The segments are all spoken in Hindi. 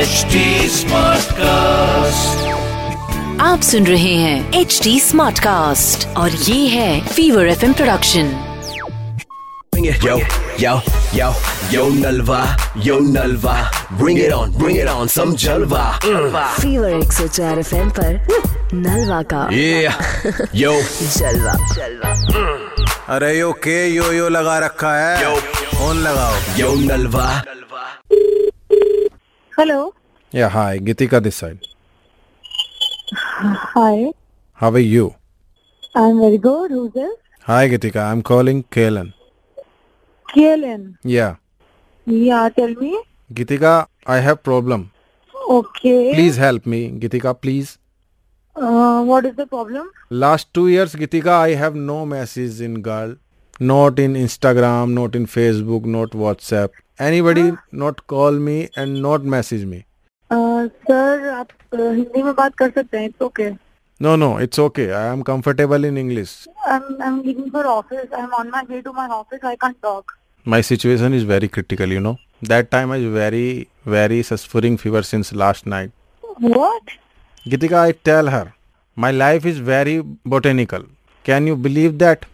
HD Smartcast. आप सुन रहे हैं एच डी स्मार्ट कास्ट और ये है Fever F production Bring it. Yo, yo, yo, yo Nalva, yo Nalva. Bring it on, bring it on, some Jalva. Mm. Fever एक सौ चार एफ एम नलवा का Yeah, yo, जलवा जलवा अरे यो के यो यो लगा रखा है फोन लगाओ yo Nalva. Hello. Yeah, hi. Gitika this side. Hi. How are you? I'm very good. Who's this? Hi, Gitika. I'm calling Kailan. Kailan? Yeah. Yeah, tell me. Gitika, I have problem. Okay. Please help me, Gitika, please. What is the problem? Last 2 years, Gitika, I have no message in girl. Not in Instagram, not in Facebook, not WhatsApp. Any not call me and not message me sir आप uh, हिंदी में बात कर सकते हैं it's okay I know no it's okay I am comfortable in English um I am living for office I am on my way to my office I can talk my situation is very critical you know that time i was very very suffering fever since last night what gitika i tell her my life is very botanical can you believe that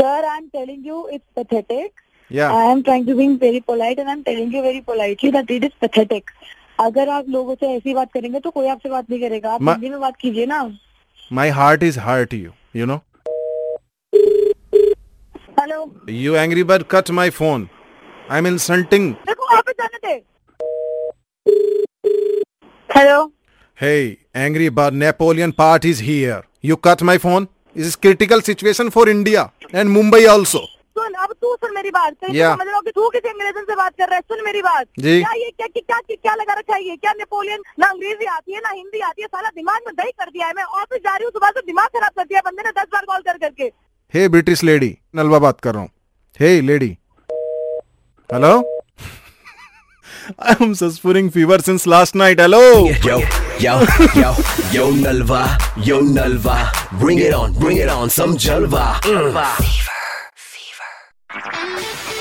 sir I am telling you it's pathetic yeah I am trying to being very polite and I am telling you very politely that it is pathetic अगर आप लोगों से ऐसी बात करेंगे तो कोई आपसे बात नहीं करेगा आप Ma- हिंदी में बात कीजिए ना my heart is hurt you you know hello you angry bird cut my phone i'm insulting देखो वापस जाने दे hello hey angry bird napoleon part is here you cut my phone this is critical situation for india and mumbai also सुन अब तू सुन मेरी बात तेरे Yeah. को समझ रहा हूँ कि तू किसी अंग्रेजन से बात कर रहा है सुन मेरी बात जी। क्या ये क्या क्या क्या, क्या लगा रखा है ये क्या नेपोलियन ना अंग्रेजी आती है ना हिंदी आती है साला दिमाग में दही कर दिया है मैं ऑफिस जा रही हूँ सुबह से दिमाग खराब कर दिया है बंदे ने दस बार कॉल कर करके hey british lady नलवा बात कर रहा हूँ hey lady hello i'm suffering fever since last night hello Yo, yo, yo, yo Nalva, yo Nalva. Bring it on, bring it on, some Jalva. Mm.